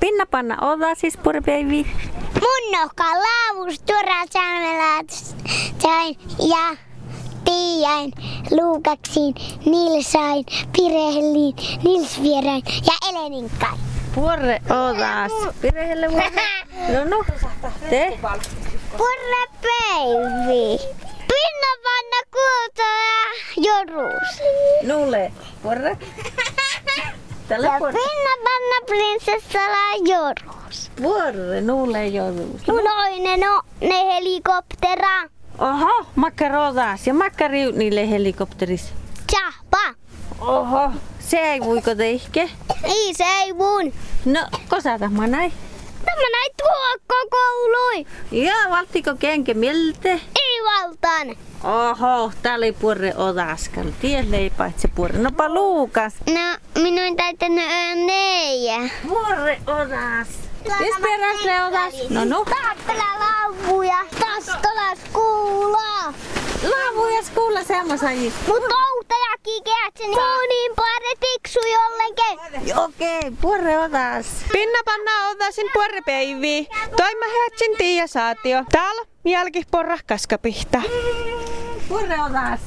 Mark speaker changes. Speaker 1: Pinna panna olla siis pure baby.
Speaker 2: Mun nohka on laavus, tuoraan saamelaatsain ja Tiiain, Luukaksiin, Nilsain, Pirehliin, Nilsvierain ja Eleninkain.
Speaker 1: Purre odas. Pirehelle vuoro. No no. Te?
Speaker 2: Purre päivi. Pinna panna kulta ja jorus.
Speaker 1: Nulle. Purre. Tällä
Speaker 2: Ja
Speaker 1: purre.
Speaker 2: pinna panna prinsessalla jorus.
Speaker 1: Purre. Nulle jouduus.
Speaker 2: Punainen on ne helikoptera.
Speaker 1: Oho. Makkarodas. Ja makkari niille helikopterissa.
Speaker 2: Tsahpa.
Speaker 1: Oho. Se ei vuiko teihke.
Speaker 2: Ei se ei mun.
Speaker 1: No, kosata mä näin.
Speaker 2: Tämä näin tuokko koului.
Speaker 1: Ja valtiko kenke miltä?
Speaker 2: Ei valtaan.
Speaker 1: Oho, täällä ei purre odaskal. Tielle ei paitsi purre. No paluukas.
Speaker 2: No, minun on täyttänyt neljä.
Speaker 1: Purre odas. Mis peräs le odas? No no.
Speaker 2: Taakkala lauvuja, taskala kuulaa.
Speaker 1: Laavujas kuulla semmoisen.
Speaker 2: Mut niin outajakin käätsen. Poniin pari tiksu jollekin.
Speaker 1: Okei, okay, purre odas.
Speaker 3: Pinna panna otasin puorepeiviä. Toima heatsin tiia saatio. Täällä jälki porrah kaskapihta.
Speaker 1: Purre odas.